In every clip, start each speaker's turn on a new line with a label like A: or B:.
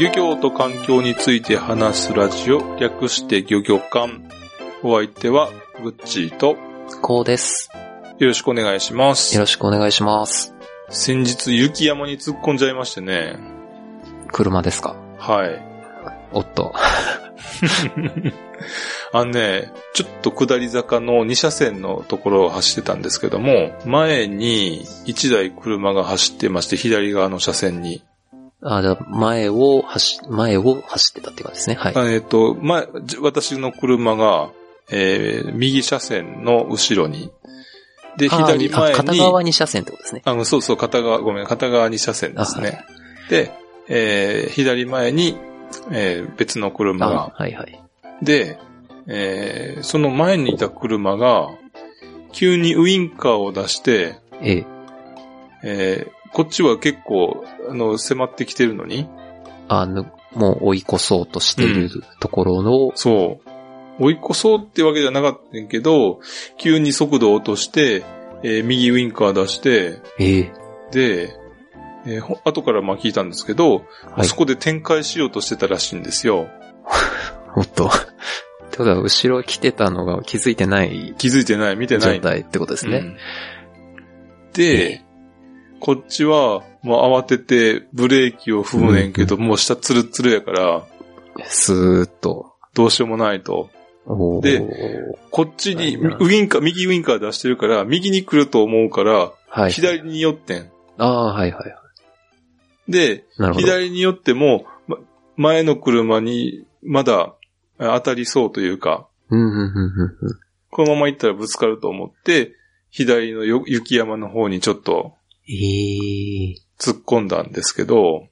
A: 漁業と環境について話すラジオ、略して漁業館。お相手は、グッチーと、
B: こうです。
A: よろしくお願いしま
B: よ
A: す。
B: ろしくお願いします。
A: 先日、雪山に突っ込んじゃいましてね。
B: 車ですか
A: はい。
B: おっと。
A: あのね、ちょっと下り坂の2車線のところを走ってたんですけども、前に1台車が走ってまして、左側の車線に。
B: あ、じゃあ、前を走、前を走ってたっていう感じですね。はい。
A: あえっ、と、前、じ私の車が、えー右車線の後ろに。で、
B: あ
A: 左
B: あ
A: 前に。
B: 片側2車線ってことですね。
A: あの、そうそう、片側、ごめん、片側2車線ですね。で、えー左前に、えー別の車
B: あ、
A: が。
B: はいはい。
A: で、えーその前にいた車が、急にウインカーを出して、
B: ええ。
A: えーこっちは結構、あの、迫ってきてるのに、
B: あの、もう追い越そうとしているところの、
A: そう、追い越そうってわけじゃなかったんやけど、急に速度を落として、えー右ウインカー出して、
B: ええ。
A: で、えーほ後からまあ聞いたんですけど、
B: はい
A: そ。こで展開しようとしてたらしいんですよ。
B: おっと。 ってことは、後ろ来てたのが気づいてない
A: 気づいてない、見て
B: 状
A: ない。
B: 態ってことですね。
A: うんで、こっちは、もう慌ててブレーキを踏むねんけど、もう下ツルツルやから、
B: スーッと。
A: どうしようもないと。
B: おー
A: こっちに、
B: ないな
A: ウインカー、右ウインカー出してるから、右に来ると思うから、
B: はい。。
A: 左に寄ってん。
B: ああ、はいはい。
A: で、
B: なるほど。
A: 左に寄っても、ま前の車にまだあ当たりそうというか、
B: うん、うん、うん、うんうん。
A: このまま行ったらぶつかると思って、左のよ雪山の方にちょっと
B: ええ。
A: 突っ込んだんですけど、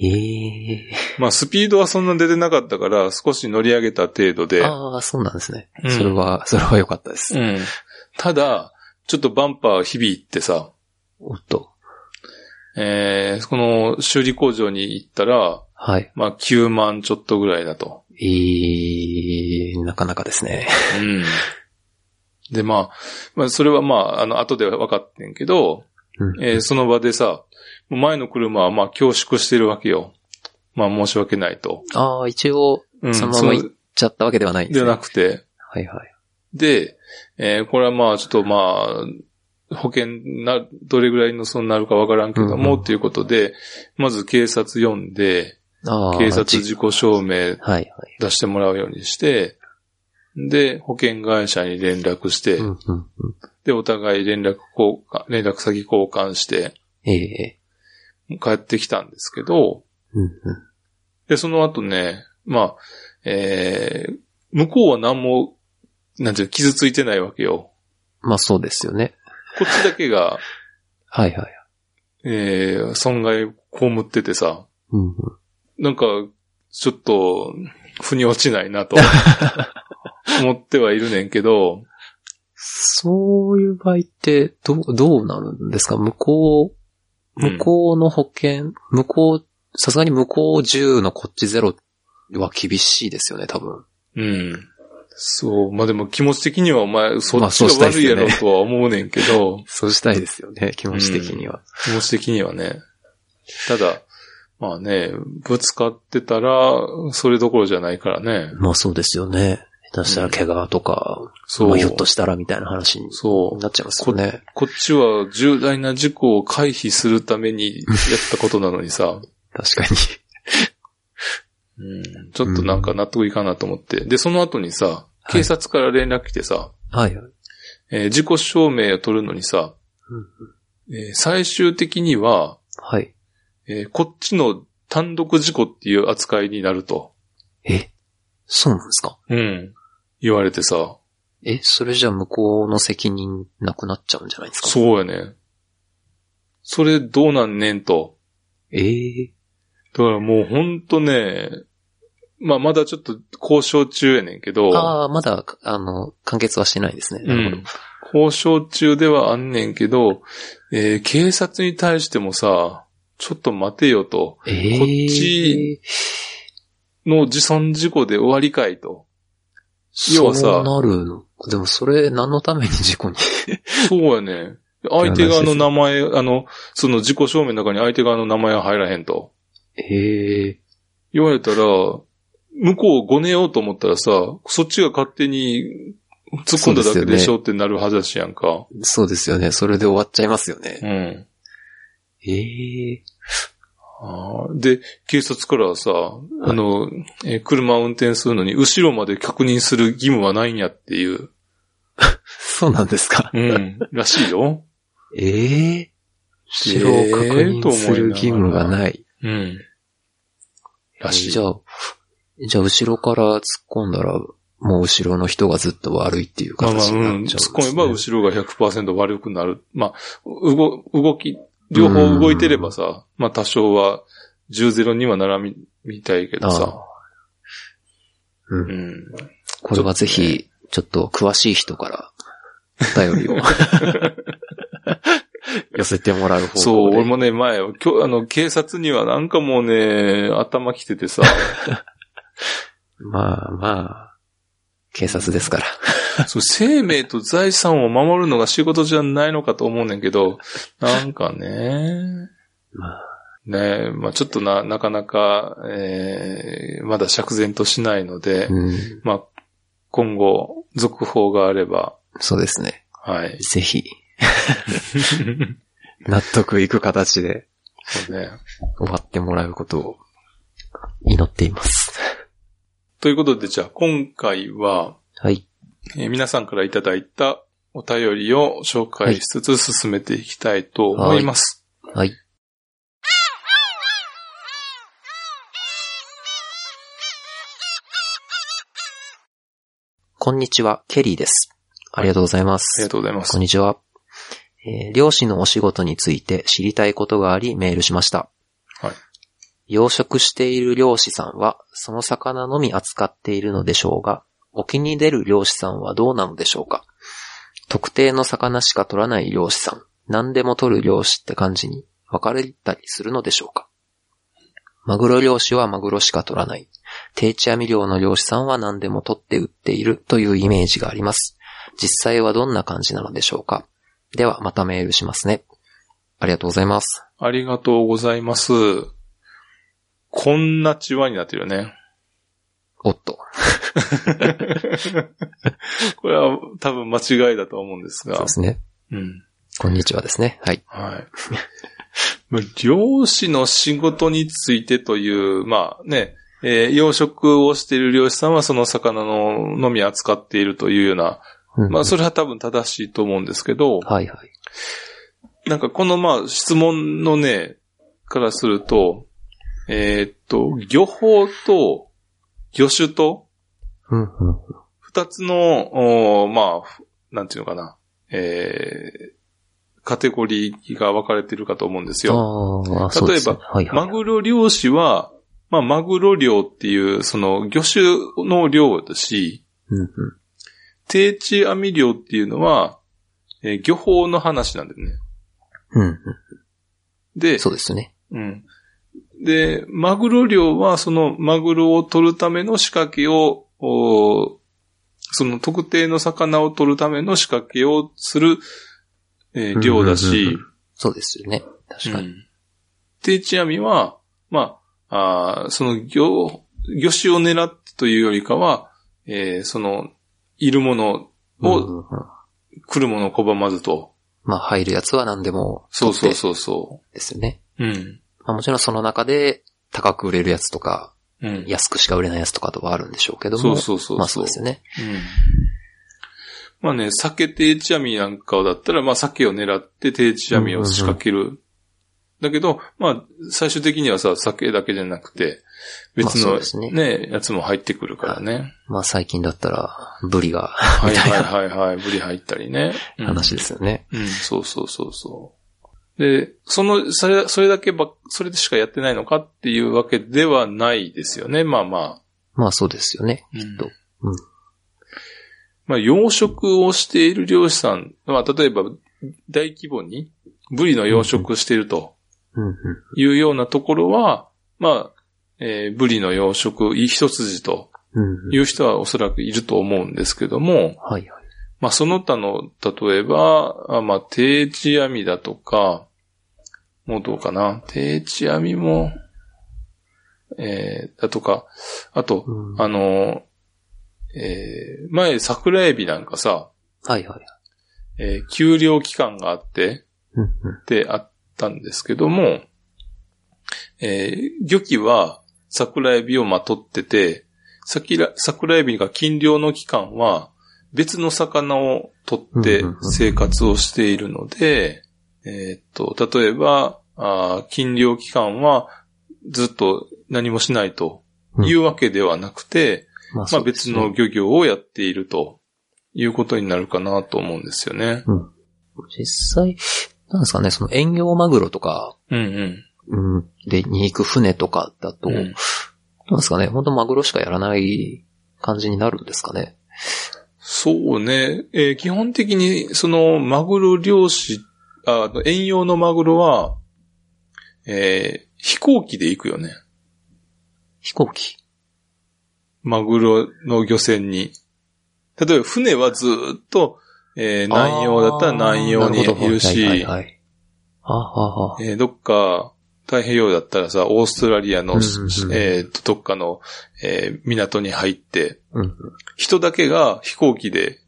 B: ええ。
A: まあスピードはそんな出てなかったから少し乗り上げた程度で、
B: ああ、そうなんですね。
A: うん
B: それは、それは良かったです。
A: うんただ、ちょっとバンパー響いてさ、
B: おっと。
A: えー、この修理工場に行ったら、
B: はい。
A: まあ9万ちょっとぐらいだと。
B: えー、なかなかですね。
A: うんで、まあ、まあ、それはまあ、あの、後で分かってんけど、
B: うん
A: えーその場でさ、もう前の車はまあ恐縮してるわけよ。まあ申し訳ないと。
B: ああ、一応、
A: うん
B: そのまま行っちゃったわけではないんで
A: じ
B: す
A: ゃ
B: ね。
A: なくて、
B: はいはい。
A: で、えーこれはまあちょっとまあ、保険な、どれぐらいの損になるかわからんけども、
B: うん
A: っていうことで、まず警察読んで、
B: ああ、
A: 警察
B: じ
A: 事故証明
B: はいはい。
A: 出してもらうようにして、で、保険会社に連絡して、
B: うんうんうん。
A: で、お互い連絡交換、連絡先交換して
B: ええ
A: 帰ってきたんですけど、
B: うんうん。
A: で、その後ね、まあ、えー向こうは何も、なんていうの傷ついてないわけよ。
B: まあそうですよね。
A: こっちだけが、
B: はいはい。
A: えー、損害被っててさ、
B: うんうん、
A: なんか、ちょっと、腑に落ちない なと、思ってはいるねんけど、
B: そういう場合って、どう、どうなるんですか向こ
A: う
B: う、
A: ん
B: 向こうの保険、向こう、さすがに向こう10のこっち0は厳しいですよね、多分。
A: うん。そう、まあでも気持ち的にはお前、そ
B: ま
A: っ
B: あ
A: ち
B: そうし
A: が
B: たいっ
A: 悪
B: す
A: いや
B: よね
A: ろとは思うねんけど、
B: そうしたいですよね、気持ち的には。
A: 気持ち的にはね。ただ、まあね、ぶつかってたら、それどころじゃないからね。
B: まあそうですよね。下手したら怪我とか、
A: そう。
B: まあひょっとしたらみたいな話に
A: そう。
B: なっちゃいますよね。
A: こっちは重大な事故を回避するためにやったことなのにさ、
B: 確かに。
A: うんちょっとなんか納得いかんなと思って。で、その後にさ、警察から連絡来てさ、
B: はいはい。
A: えー自己証明を取るのにさ、
B: うん
A: えー最終的には、
B: はい。
A: えーこっちの単独事故っていう扱いになると、
B: え、そうなんですか
A: うん、言われてさ、
B: え、それじゃあ向こうの責任なくなっちゃうんじゃないですか
A: そうやね。それどうなんねんと。
B: ええ
A: だからもうほんとね、まあまだちょっと交渉中やねんけど、
B: ああ、まだ、あの、完結はしてないですね。
A: う
B: なるほど。
A: ん、交渉中ではあんねんけど、えー警察に対してもさ、ちょっと待てよと、
B: えー
A: こっち、の自損事故で終わりかいと。要はさ
B: そうなるの。でもそれ何のために事故に。
A: そうやね。相手側の名前、あの、その自己証明の中に相手側の名前は入らへんと。
B: ええ
A: 言われたら、向こうごねようと思ったらさ、そっちが勝手に突っ込んだだけでしょってなるはずだしやんか。
B: そうですよね。それで終わっちゃいますよね。
A: うん。
B: ええ
A: あーで、警察からはさ、あの、えー車を運転するのに、後ろまで確認する義務はないんやっていう、
B: そうなんですか。
A: うん、らしいよ。
B: ええ
A: ええ
B: 後ろを確認する義務がない。
A: うん。らしい。
B: じゃあ、じゃあ後ろから突っ込んだら、もう後ろの人がずっと悪いっていう
A: まあまあ、
B: 形
A: う
B: になっちゃうん
A: ん。
B: で
A: 突
B: す
A: っ
B: ね、
A: 込めば後ろが100%悪くなる。まあ、うご動き、両方動いてればさ、まあ多少は10-0にはならみ、みたいけどさ。
B: うん
A: うん。
B: これはぜひ、ちょっと詳しい人から、お便り を寄せてもらう方向で。
A: そう、俺もね、前、今日、あの、警察にはなんかもうね、頭きててさ、
B: まあまあ、警察ですから。
A: そう、生命と財産を守るのが仕事じゃないのかと思うねんけ ど、なんかね、
B: まあ、
A: ねまあちょっとな、なかなか、えーまだ釈然としないので、
B: うん、
A: まあ今後、続報があれば、
B: そうですね。
A: はい。
B: ぜひ、納得いく形で
A: そうね。
B: 終わってもらうことを祈っています。
A: ということで、じゃあ、今回は、
B: はい。
A: えー皆さんからいただいたお便りを紹介しつつ進めていきたいと思います。
B: はい。こんにちは、ケリーです。ありがとうございます。
A: ありがとうございます
B: こん。にちは。えー漁師のお仕事について知りたいことがありメールしました。
A: はい
B: 養殖している漁師さんは、その魚のみ扱っているのでしょうが、沖に出る漁師さんはどうなのでしょうか特定の魚しか取らない漁師さん、何でも取る漁師って感じに分かれたりするのでしょうかマグロ漁師はマグロしか取らない。定置網漁の漁師さんは何でも取って売っているというイメージがあります。実際はどんな感じなのでしょうかでは、またメールしますね。ありがとうございます。
A: ありがとうございます。こんなちわになってるよね。
B: おっと。
A: これは多分間違いだと思うんです
B: そう
A: が
B: で。すね。
A: うん。
B: こんにちはですね。はい。
A: はい。まあ漁師の仕事についてという、まあね、えー養殖をしている漁師さんはその魚ののみ扱っているというような、
B: うん
A: まあそれは多分正しいと思うんですけど、
B: はいはい。
A: なんかこのまあ質問のね、からすると、えーっと、漁法と魚種と、
B: うんうん
A: 二つの、おーまあふ、なんていうのかな、えー、カテゴリーが分かれてるかと思うんですよ。
B: ああ、そうですね
A: 例
B: はいはい。
A: マグロ漁師は、まあ、マグロ漁っていう、その、魚種の漁だし、
B: うんうん
A: 定置網漁っていうのは、えー漁法の話なんだよね。
B: うんう
A: で
B: ん。、そうですね。
A: うん。で、マグロ漁は、そのマグロを取るための仕掛けを、おーその特定の魚を取るための仕掛けをする、えー漁だ
B: うん
A: し
B: うんうん、そうですよね。確かに。
A: うん定置網は、まあ、あーその魚、魚種を狙ってというよりかは、えーその、いるもの
B: うん
A: を、
B: うんうん
A: 来るものを拒まずと。
B: まあ、入るやつは何でも、
A: そうそうそうそ
B: ですよね。
A: う。うん。
B: まあ、もちろんその中で、高く売れるやつとか、
A: うん。
B: 安くしか売れないやつとかとはあるんでしょうけども。
A: そうそうそうそう。
B: まあ、そうですよね。
A: うんまあね、酒定置網なんかだったら、まあ酒を狙って定置網を仕掛ける。だけど、まあ、最終的にはさ、酒だけじゃなくて、別
B: まあそう
A: の
B: ですね
A: ね、やつも入ってくるからね。
B: まあ、最近だったら、ブリが、
A: は
B: み
A: い
B: たいな
A: はいはいはい、ブリ入ったりね。うん
B: 話ですよね。
A: うん、そうそうそうそう。で、その、それ、それだけば、それでしかやってないのかっていうわけではないですよね、まあまあ。
B: まあ、そうですよね。
A: きっ
B: とうん
A: まあ、養殖をしている漁師さん、まあ、例えば、大規模に、ブリの養殖をしていると
B: うんうん。
A: いうようなところは、まあ、えーブリの養殖一筋と
B: うんうん。
A: いう人はおそらくいると思うんですけども、
B: はいはい。
A: まあ、その他の、例えば、あまあ、定置網だとか、もうどうかな、定置網も、えーだとか、あと、
B: うん
A: あの、えー前、桜エビなんかさ、
B: はいはい。
A: えー給料期間があって、
B: うん
A: ってあったんですけども、えー漁期は桜エビをまとってて、桜桜エビが禁漁の期間は別の魚を取って
B: うんうんうん
A: 生活をしているので、えーっと、例えば、あー禁漁期間はずっと何もしないというわけではなくて、
B: うん。ま
A: まあ
B: そうです
A: 別
B: ね
A: の漁業をやっているということになるかなと思うんですよね。
B: 実際、なんですかね、その遠洋マグロとか、
A: うんうん。
B: うん、で、に行く船とかだと、
A: うん
B: なんですかね、本当マグロしかやらない感じになるんですかね。
A: そうね。えー基本的にそのマグロ漁師、あ、遠洋のマグロは、えー飛行機で行くよね。
B: 飛行機。
A: マグロの漁船に。例えば船はずーっと、えー南洋だったら南洋に
B: あーなるほ
A: い
B: ど
A: るし、
B: はいはいはい。はあはあはあ。
A: えーどっか、太平洋だったらさ、オーストラリアの、
B: うんうんうん
A: えーと、どっかの、えー港に入って、
B: うんうん。
A: 人だけが飛行機で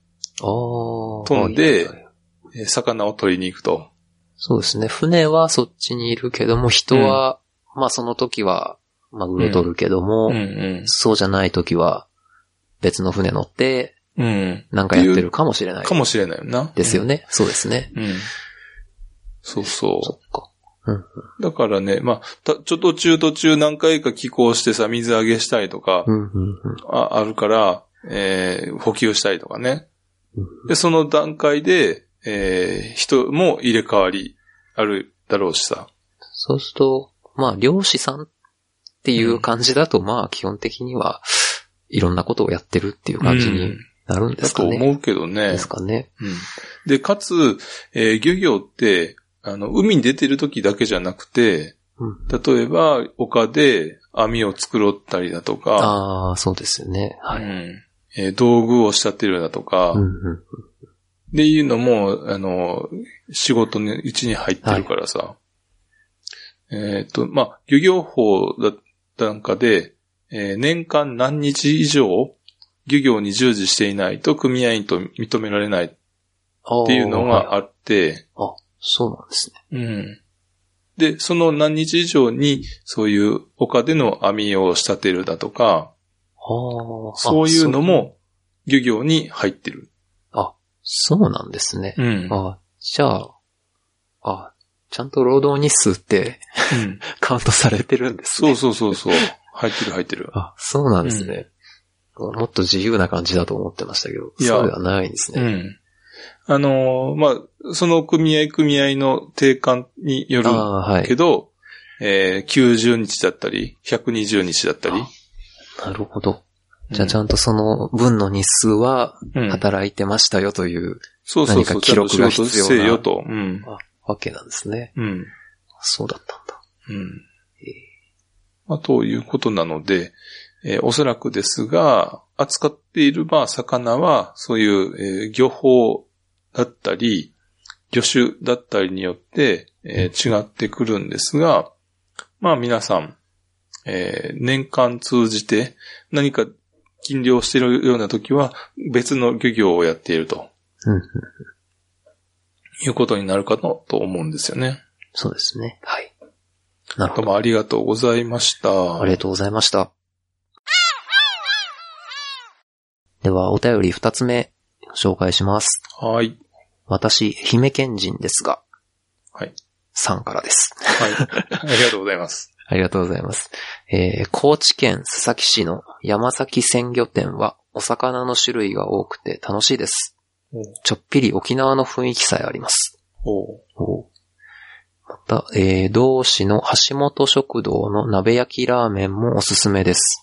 B: あー
A: 飛んで
B: はいはいはい
A: えー魚を取りに行くと。
B: そうですね。船はそっちにいるけども、人は、まあその時はマグロ取るけども、
A: うんうん。
B: そうじゃない時は別の船乗って、
A: うん。
B: なんかやってるかもしれない
A: か。もしれないよな。
B: ですよね。そうですね。
A: うん。うん。そうそ
B: そっか。
A: う。だからね、まあ、たちょっと中途中何回か寄港してさ、水揚げしたりとか、
B: うんうんうん。
A: ああるから、えー補給したりとかね
B: う。
A: で、その段階で、えー人も入れ替わりあるだろうしさ。
B: そうすると、まあ、漁師さんっていう感じだと、まあ、基本的には、いろんなことをやってるっていう感じ
A: う
B: に
A: ん
B: なるんで
A: だ
B: すか
A: と
B: ね。
A: 思うけどね。
B: ですかね。
A: うんで、かつ、えー漁業って、あの、海に出てる時だけじゃなくて、
B: うん
A: 例えば、丘で網を作ろったりだとか、
B: ああ、そうですよね。は
A: う
B: い。
A: んえー道具を仕立てるだとか、
B: うん
A: っ
B: うん。
A: ていうのも、あの、仕事のうちに入ってるからさ、えっ、と、まあ、漁業法だったなんかで、えー年間何日以上、漁業に従事していないと組合員と認められないっ
B: あー
A: ていうの
B: はい
A: があって、
B: あ、そうなんですね。
A: うん。で、その何日以上に、そういう丘での網を仕立てるだとか、
B: ああ。
A: そういうの
B: あ。
A: も漁業に入ってる。
B: そうそうなんですね。
A: うん。
B: あじゃあ、あちゃんと労働日数って
A: うん
B: カウントされてるんです
A: そ
B: ね。
A: うそうそうそう。入ってる入ってる。
B: あ、そうなんですね。もっと自由な感じだと思ってましたけど、
A: いや
B: そうではないんです
A: う
B: ね。
A: ん。あのーまあ、その組合組合の定款による
B: ああ、はい
A: け。ど、えー、90日だったり、120日だったり。
B: なるほど。じゃあち
A: ゃ
B: ゃんとその分の日数は
A: うん、
B: 働いてましたよという
A: そうそうそ
B: 何
A: う、
B: か記録が必要な
A: ちゃんと仕事せえよと。うん。
B: わけなんですね。
A: うん。
B: そうだったんだ。
A: うん
B: えー。
A: まあ、ということなので、えーおそらくですが、扱っている、まあ、魚は、そういう、えー漁法だったり、魚種だったりによって、えー違ってくるんですが、まあ、皆さん、えー年間通じて、何か禁漁しているような時は、別の漁業をやっていると
B: うん、うん。
A: いうことになるかとと思うんですよね。
B: そうですね。はい。なる
A: ど
B: ほ
A: う
B: ど。
A: もありがとうございました。
B: ありがとうございました。では、お便り二つ目、紹介します。
A: はい。
B: 私、姫県人ですが。
A: はい。
B: さんからです。
A: はい。ありがとうございます。
B: ありがとうございます。えー高知県須崎市の山崎鮮魚店はお魚の種類が多くて楽しいです
A: お。
B: ちょっぴり沖縄の雰囲気さえあります。
A: おう
B: また、えー同市の橋本食堂の鍋焼きラーメンもおすすめです。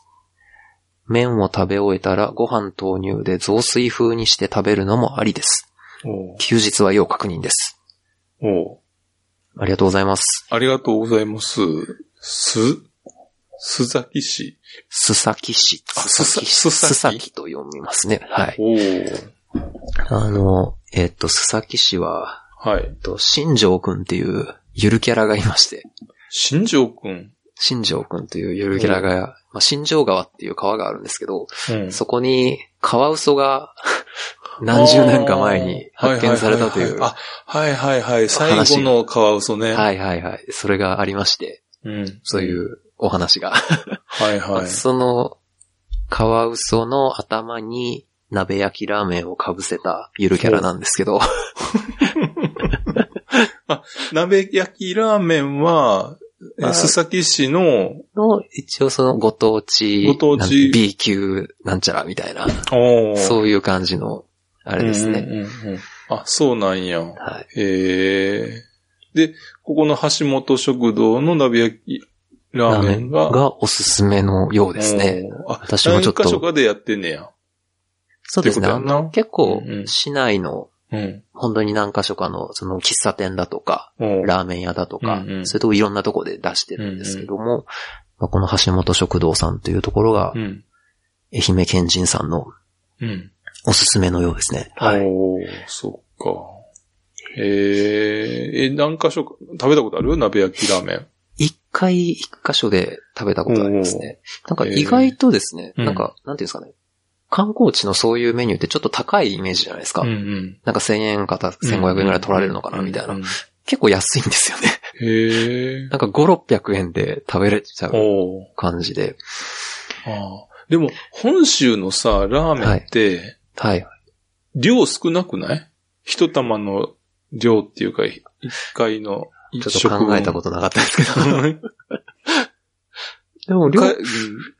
B: 麺を食べ終えたらご飯投入で雑炊風にして食べるのもありです。
A: おう
B: 休日は要確認です。
A: おう
B: ありがとうございます。
A: ありがとうございます。す、須崎市。
B: 須崎市。
A: あ須崎
B: 須
A: 須
B: 須
A: 崎
B: 崎と読みますね。はい。
A: おお
B: あの、えっと、須崎市は、
A: はい
B: えっ。と、新庄くんっていうゆるキャラがいまして、
A: 新庄くん。
B: 新庄くんというゆるキャラが、まあ、新庄川っていう川があるんですけど、
A: うん
B: そこに、カワウソが何十年か前に発見されたという。
A: あ
B: は
A: はいはいはい。最後のカワウソね。い。
B: いはいはい。それがありまして、
A: うん。
B: そうい。うお話が。
A: はいはい。
B: その、カワウソの頭に鍋焼きラーメンをかぶせたゆるキャラなんですけど、
A: 鍋焼きラーメンは、え
B: あ
A: 須崎市の、
B: の、一応そのご当地、
A: ご当地
B: なん B 級なんちゃらみたいな、
A: おー
B: そういう感じの、あれです
A: うん
B: ね。
A: うんうんうんあ、そうなんや。
B: はい。
A: へえ。で、ここの橋本食堂の鍋焼きラ
B: ラ
A: ー
B: ー
A: メ
B: メ
A: ン
B: ン
A: が。
B: がおすすめのようですね。
A: おー。あ、
B: 私もちょっと
A: 何箇所かでやってんねや。
B: そうですね。
A: って
B: あ
A: ことやな
B: の、結構
A: うんうん、
B: 市内の、
A: うん。
B: 本当に何箇所かの、その喫茶店だとか、
A: おー
B: ラーメン屋だとか、
A: うんうん
B: そういうとこいろんなとこで出してるんですけども、まあ、この橋本食堂さんというところが
A: う、ん。
B: 愛媛県人さんの
A: うん。
B: おすすめのようですね。はい。
A: おーそっか。へえ。え、何箇所か、食べたことある鍋焼きラーメン。
B: 一回一箇所で食べたことありますね。なんか意外とですね、
A: えー
B: なんか、なんていうんですかね。観光地のそういうメニューってちょっと高いイメージじゃないですか。
A: うんうん。
B: なんか1000円かた1500円ぐらい取られるのかなみたい
A: うん
B: な
A: う。ん
B: 結構安いんですよね。
A: へえ。
B: なんか5、600円で食べれちゃう
A: おー
B: 感じで。
A: あーでも、本州のさ、ラーメンって、
B: はい。
A: 量少なくない一玉の量っていうか、一回の
B: ち
A: 一
B: ょっと考えた
A: こ
B: ことなかったですけど。
A: と。
B: で も、
A: か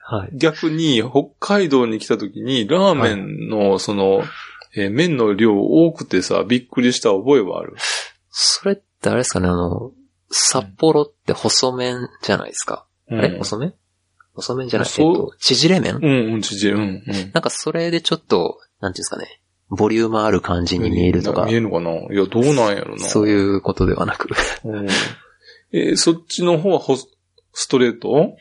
B: はい。
A: 逆に、北海道に来た時に、ラーメンの、その、えー麺の量多くてさ、びっくりした覚えはある。
B: それってあれですかね、あの、札幌って細麺じゃないですか。
A: あ
B: あれ細麺細麺じゃない、えっ
A: そう
B: と、縮れ麺、
A: うん、うん、ちじ、うん、うん。
B: なんかそれでちょっと、なんていうんですかね、ボリュームある感じに見えるとか
A: 見、えるのかないや、どうなんやろな。
B: そう
A: う。
B: いうことではなく、
A: ん、えーそっちの方はほ、ストレート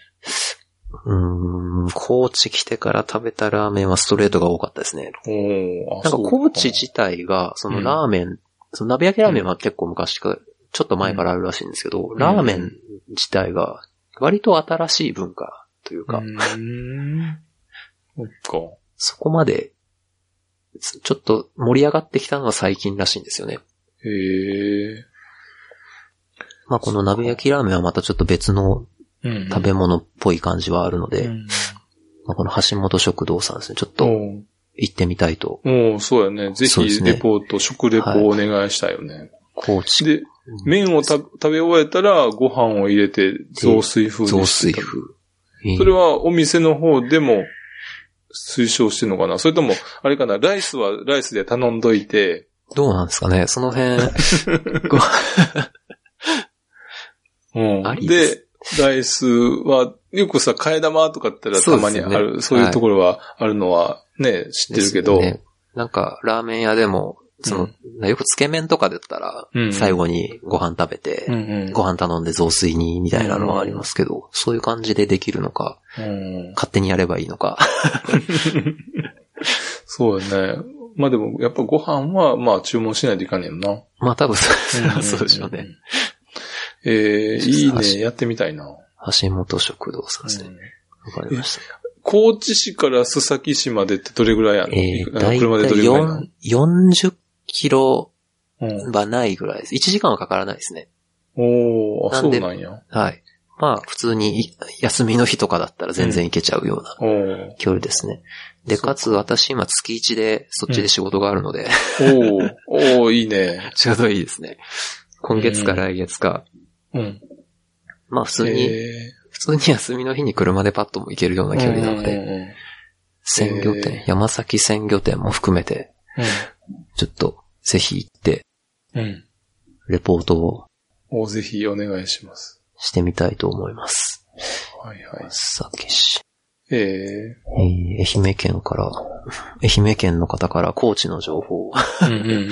B: うーん、高知来てから食べたラーメンはストレートが多かったですね。
A: おーあ
B: なんか
A: そう
B: 高知自体が、そのラーメン、その鍋焼きラーメンは結構昔から、ちょっと前からあるらしいんですけど、
A: ん
B: ラーメン自体が、割と新しい文化というか、
A: うーん。そっか。
B: そこまで、つちょっと盛り上がってきたのが最近らしいんですよね。
A: へえ。
B: まあこの鍋焼きラーメンはまたちょっと別の
A: うん
B: 食べ物っぽい感じはあるので、
A: うん
B: まあこの橋本食堂さんですね、ちょっと
A: おう
B: 行ってみたいと、
A: もう、そうやね。ぜ
B: そうです
A: ひ、
B: ね
A: レポート、食レポをお願いしたいよね。
B: 高知
A: で、麺をた食べ終えたら、ご飯を入れて、雑炊風に
B: 雑
A: して
B: 炊
A: 食べる
B: 風。
A: それは、お店の方でも、推奨してんのかなそれとも、あれかな、ライスはライスで頼んどいて、
B: どうなんですかねそ の辺、
A: うん
B: ありで
A: で、ライスは、よくさ、替え玉とかって言った
B: そ
A: ら
B: う
A: たま
B: で
A: すに
B: よ
A: あ
B: ね
A: る、そういうところはあるのはね、知ってるけど、
B: ですよねなんか、ラーメン屋でも、その、よくつけ麺とかだったら、
A: うん
B: 最後にご飯食べて、
A: うんうん
B: ご飯頼んで雑炊に、みたいなのはありますけど、そういう感じでできるのか、
A: うん
B: 勝手にやればいい のか。
A: そうやね。まあでも、やっぱご飯は、まあ注文しないといかんねんな。
B: まあ多分そう、 そうでしょうね。。
A: えー、いいね、やってみたいな。
B: 橋本食堂さんです
A: う
B: ね。
A: ん
B: わかりました。
A: 高知市から須崎市までってどれぐらいやの、
B: えー、
A: あの
B: だい
A: 車でど
B: た
A: れ
B: い
A: ぐらいなの
B: 4 40キロ
A: うん
B: はないぐらいです。1時間はかからないですね。
A: おー、あ、
B: な
A: そ
B: ん
A: う
B: で
A: なんや。
B: はい。まあ、普通にい、休みの日とかだったら全然行けちゃうような
A: おー。
B: 距離ですね。で、
A: そうか
B: かつ私今月1でそっちで仕事があるので、
A: おー、おー、いいね。
B: ちょうどいいですね。今月か
A: うん
B: 来月か。
A: うん。
B: まあ普通に、
A: え
B: 普通に休みの日に車でパッとも行けるよう
A: ー
B: な距離なの
A: うん
B: で、
A: うんうん
B: 鮮魚店、
A: え
B: 山崎鮮魚店も含めて、ちょっとぜひ行って、
A: うん。うん。
B: レポートを
A: おぜひお願いします。
B: してみたいと思います。
A: はいはい。
B: さっきし。
A: ええ
B: えー愛媛県から、愛媛県の方から高知の情報 を
A: うんうんうん。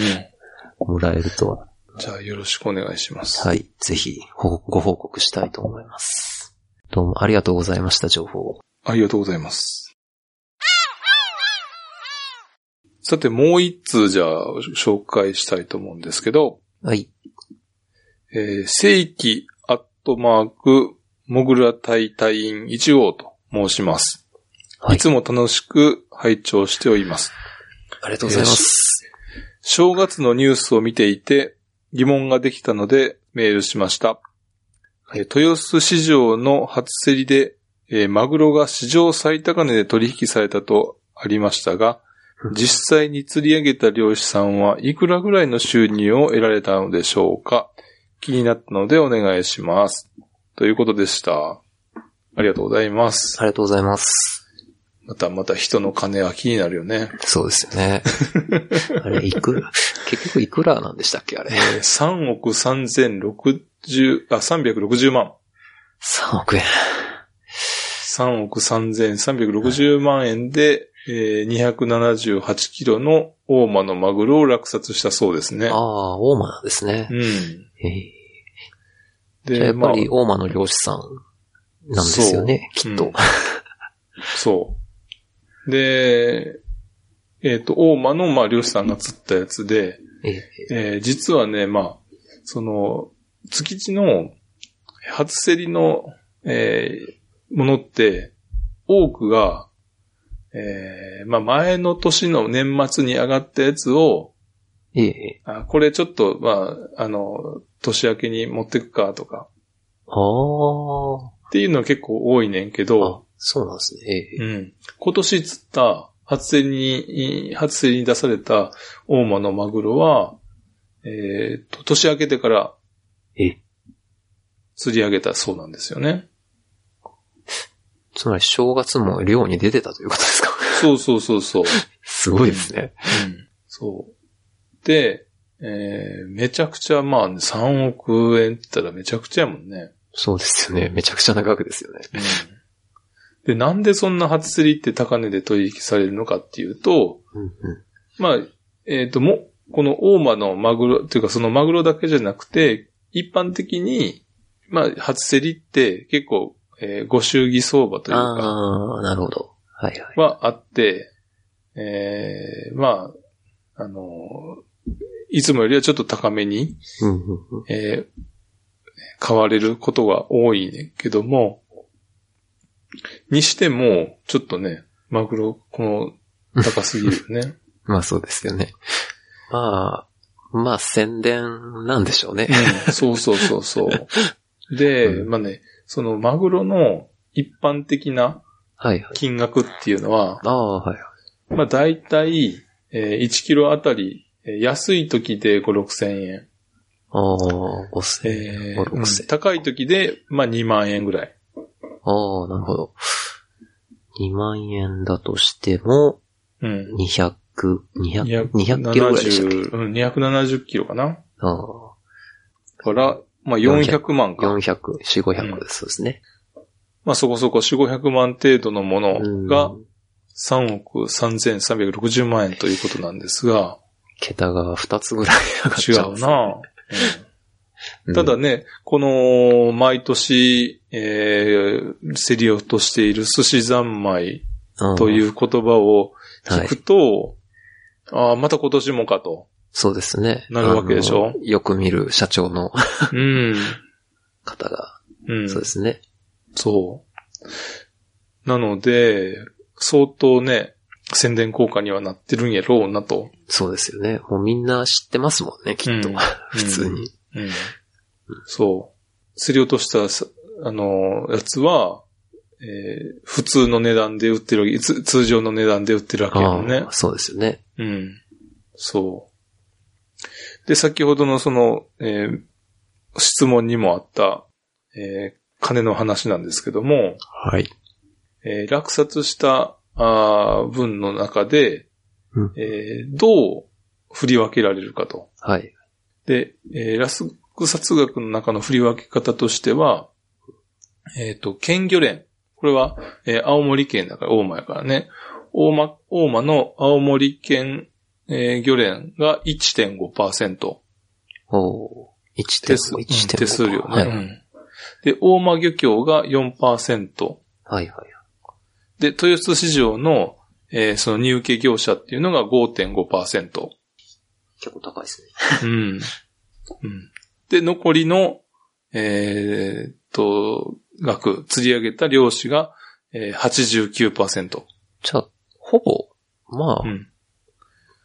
B: もらえるとは、
A: じゃあよろしくお願いします。
B: はい、ぜひ報告ご報告したいと思います。どうもありがとうございました、情報を。
A: ありがとうございます。さて、もう一通じゃあ紹介したいと思うんですけど、
B: はい、
A: えー正規アットマーク、モグラ隊隊員1号と申します。
B: はい
A: いつも楽しく拝聴しております。
B: ありが
A: とうございます正月のニュースを見ていて疑問ができたのでメールしました。えー豊洲市場の初競りで、えーマグロが史上最高値で取引されたとありましたが、実際に釣り上げた漁師さんはいくらぐらいの収入を得られたのでしょうか気になったのでお願いします。ということでした。ありがとうございます。
B: ありがとうございます。
A: またまた人の金は気になるよね。
B: そうですよ ね。あれ、いくら、結局いくらなんでしたっけ、あれ
A: え。ー3億3060、あ、360万。
B: 3億円。
A: 3億3360万円で、えー278キロの大間のマグロを落札したそうですね
B: あ。あ、大間なんですね
A: う。ん。
B: えーじゃあや
A: で、
B: っ
A: ま
B: ぱ
A: あ、
B: り大間の漁師さんなんですよね、きっ
A: う
B: と
A: ん。そう。で、えっ、と、大間の、まあ、漁師さんが釣ったやつで、
B: えー
A: えー実はね、まあ、その、築地の初競りの、えーものって、多くが、えーまあ前の年の年末に上がったやつを、
B: ええ
A: あこれちょっと、まあ、あの、年明けに持ってくかとか、
B: ああ。
A: っていうの結構多いねんけ
B: あ
A: ど、、
B: そうなんですね。ええ
A: うん。今年釣った、初競りに、初競りに出された大間のマグロは、えーと、年明けてから
B: え、
A: 釣り上げたそうなんですよね。
B: つまり正月も漁に出てたということですか
A: そうそうそうそう。
B: すごいですね。
A: うん、そう。で、えーめちゃくちゃ、まあ、3億円って言ったらめちゃくちゃやもんね。
B: そうですよね。めちゃくちゃ長くですよね。
A: うん、で、なんでそんな初競りって高値で取引されるのかっていうと、
B: うんう
A: まあ、えっ、と、も、この大間のマグロ、というかそのマグロだけじゃなくて、一般的に、まあ、初競りって結構、えーご祝儀相場とい
B: ん。
A: うか、
B: ああ、なるほど。はいはい。
A: はあって、ええまあ、あの、いつもよりはちょっと高めに、
B: うんうんうん
A: えー買われることが多いねんけども、にしても、ちょっとね、マグロ、この、高すぎるよね。
B: まあそうですよね。まあ、まあ宣伝なんでしょうね。
A: うん、そうそうそう そう。で、
B: うん
A: まあね、そのマグロの一般的な
B: はいはい。
A: 金額っていうのは、
B: ああ、はいはい。
A: まあ大体、えー1キロあたり、えー安い時で5、6千円。
B: ああ、5000
A: えー
B: 円、5、6000
A: うん高い時で、まあ2万円ぐらい。
B: ああ、なるほど。2万円だとしても、
A: うん。
B: 200、200、200
A: 270
B: キロぐらいでしたっけ
A: うん、270キロかな。だ
B: ああ、
A: から、まあ400万か。
B: 400、4、500、そうですね。
A: まあそこそこ4、500万程度のも
B: うん
A: のが3億3360万円ということなんですが、
B: 桁が2つぐらい上がっ
A: 違
B: ちゃうん
A: う
B: ですね。
A: な、
B: う
A: うん
B: ん
A: ただ、ね、この、毎年、えー、競り落としている寿司三昧とい
B: うん。
A: う言葉を
B: は
A: 聞
B: い
A: く。と、ああ、また今年もか と。
B: そうですね。
A: なるわけでしょ
B: あのよく見る社長の
A: うん。
B: 方が、
A: うん。
B: そうですね。
A: そう。なので、相当ね、宣伝効果にはなってるんやろうなと。
B: そうですよね。もうみんな知ってますもんね、きっと。
A: うん
B: 普通に。
A: うん。そう。競り落としたさ、あの、やつは、えー普通の値段で売ってるわけ、つ通常の値段で売ってるわけやもんね
B: ああ。そうですよね。
A: うん。そう。で、先ほどのその、えー質問にもあった、えー金の話なんですけども、
B: はい。
A: えー落札したあー分の中で、
B: うん
A: えーどう振り分けられるかと。
B: はい。
A: で、えー落札額の中の振り分け方としては、えっ、と、県漁連これは、えー青森県だから、大間やからね。大間、大間の青森県、えー漁連が1.5%。
B: おー。1.5、
A: 手数、うん
B: 1.5。
A: 手数料ね。
B: はい。
A: う
B: はい
A: んで、大間漁協が4%。
B: はいはい。
A: で、豊洲市場の、えーその入受業者っていうのが5.5%。
B: 結構高いですね。
A: うん。うん。で、残りの、えーっと、額、釣り上げた漁師が、えー、89%。
B: じゃあ、ほぼ、まあ
A: う、ん。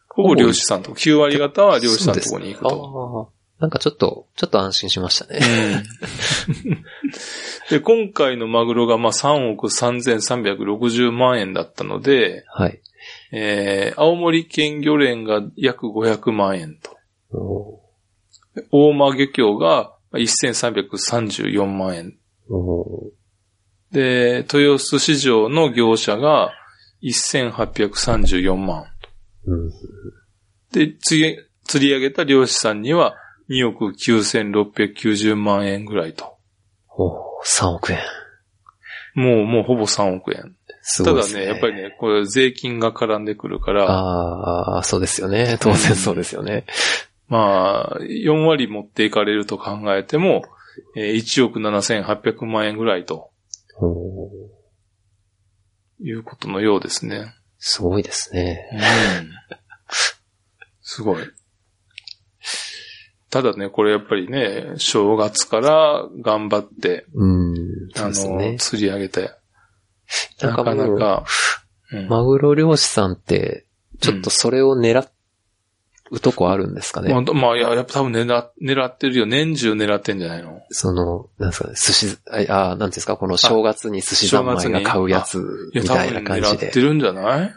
A: ほぼ漁師さんとこ、9割方は漁師さんのところに行くと。
B: と。あーなんかちょっと、ちょっと安心しましたね。
A: で、今回のマグロが、まあ、3億3360万円だったので、
B: はい。
A: えー、青森県漁連が約500万円と。
B: お
A: 大間漁協が1334万円。
B: ーお
A: で、豊洲市場の業者が1834万。
B: ーうん。
A: で、釣り釣り上げた漁師さんには2億9690万円ぐらいと。
B: おー3億円。
A: もう、もうほぼ3億円。
B: す
A: た
B: ごいで
A: だ
B: すね。
A: ね、やっぱりね、これ税金が絡んでくるから、
B: ああ、そうですよね。当然そうですよね。
A: まあ、4割持っていかれると考えても、えー1億7800万円ぐらいと
B: おー
A: いうことのようですね。
B: すごいですね。
A: すごい。ただね、これやっぱりね、正月から頑張って、
B: うん。そ
A: あ
B: うです
A: の、
B: ね。
A: 釣り上げて、
B: な
A: なん
B: か
A: かな
B: もう、
A: か、うん
B: マグロ漁師さんって、ちょっとそれを狙うとこあるんですかね。
A: まあどまあ、いや、やっぱ多分狙狙ってるよ。年中狙ってんじゃないの
B: その、なんですかね、寿司、ああー、なんていうんですか、この正月に寿司三昧が買うやつ
A: いや、
B: み
A: 多
B: た
A: 分
B: いな感
A: 狙
B: じ
A: っ
B: で
A: て。るんじゃない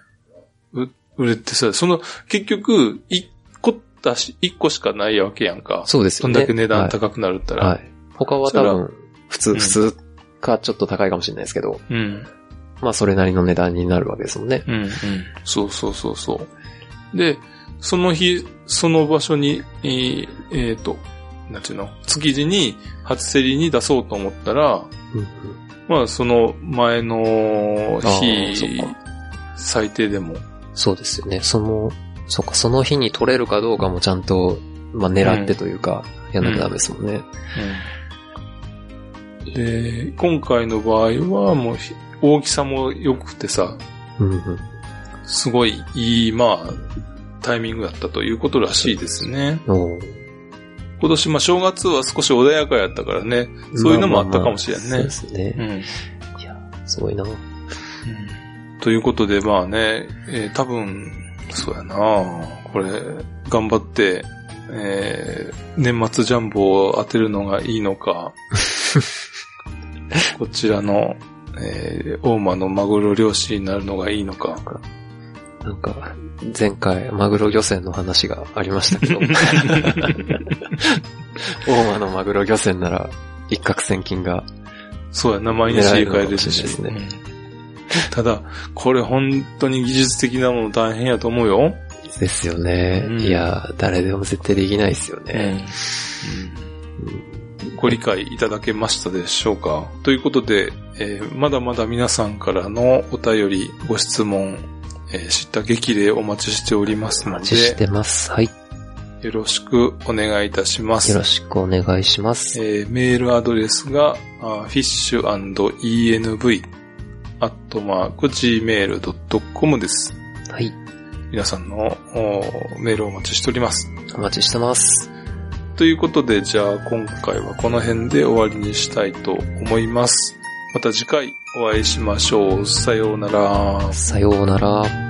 A: う売れってさ、その、結局、一個だし、一個しかないわけやんか。
B: そうです
A: そ
B: よ
A: ん
B: ね。
A: だけ値段
B: はい
A: 高くなるったら。
B: はい。他は多分、普
A: う
B: 通、
A: ん
B: 普通かちょっと高いかもしれないですけど、
A: うん。
B: まあそれなりの値段になるわけですもんね。
A: うんうん。そうそうそうそう。で、その日、その場所に、えーえーと、なんていうの、築地に初競りに出そうと思ったら、
B: うん
A: まあその前の
B: あー
A: 日
B: そっ、
A: 最低でも。
B: そうですよね。その、そっか、その日に取れるかどうかもちゃんと、まあ狙ってというか、やんなきゃダメですもんね。
A: で、今回の場合はもうひ大きさも良くてさ、
B: うんうん
A: すごいいい、まあ、タイミングだったということらしいですね。
B: おー
A: 今年、まあ正月は少し穏やかやったからね、そういうのもあったかもしれんね
B: まあまあまあそうです
A: う
B: ね。
A: ん
B: いや、すごいな。
A: ということで、まあね、えー多分、そうやなこれ、頑張って、えー年末ジャンボを当てるのがいいのか、こちらの、えー大間のマグロ漁師になるのがいいのか。
B: なんか、前回、マグロ漁船の話がありましたけ ど、大間のマグロ漁船なら、一攫千金が、
A: そうやな、毎日家帰れるし。
B: 狙えるのかもしれない
A: うんただ、これ本当に技術的なもの大変やと思うよ。
B: ですよね。
A: うん
B: いや、誰でも絶対できないですよね。
A: ご理解いただけましたでしょうかということで、えーまだまだ皆さんからのお便り、ご質問、えー知った激励お待ちしております
B: お
A: の
B: 待ちし
A: で、
B: てます。はい。よ
A: よろしくお願いいたします。
B: ろしくお願いします。
A: えーメールアドレスが、fish&env.gmail.com です。
B: はい。
A: 皆さんのおメールをお待ちしております。
B: お待ちしてます。
A: ということで、じゃあ今回はこの辺で終わりにしたいと思います。また次回お会いしましょう。さようなら。
B: さようなら。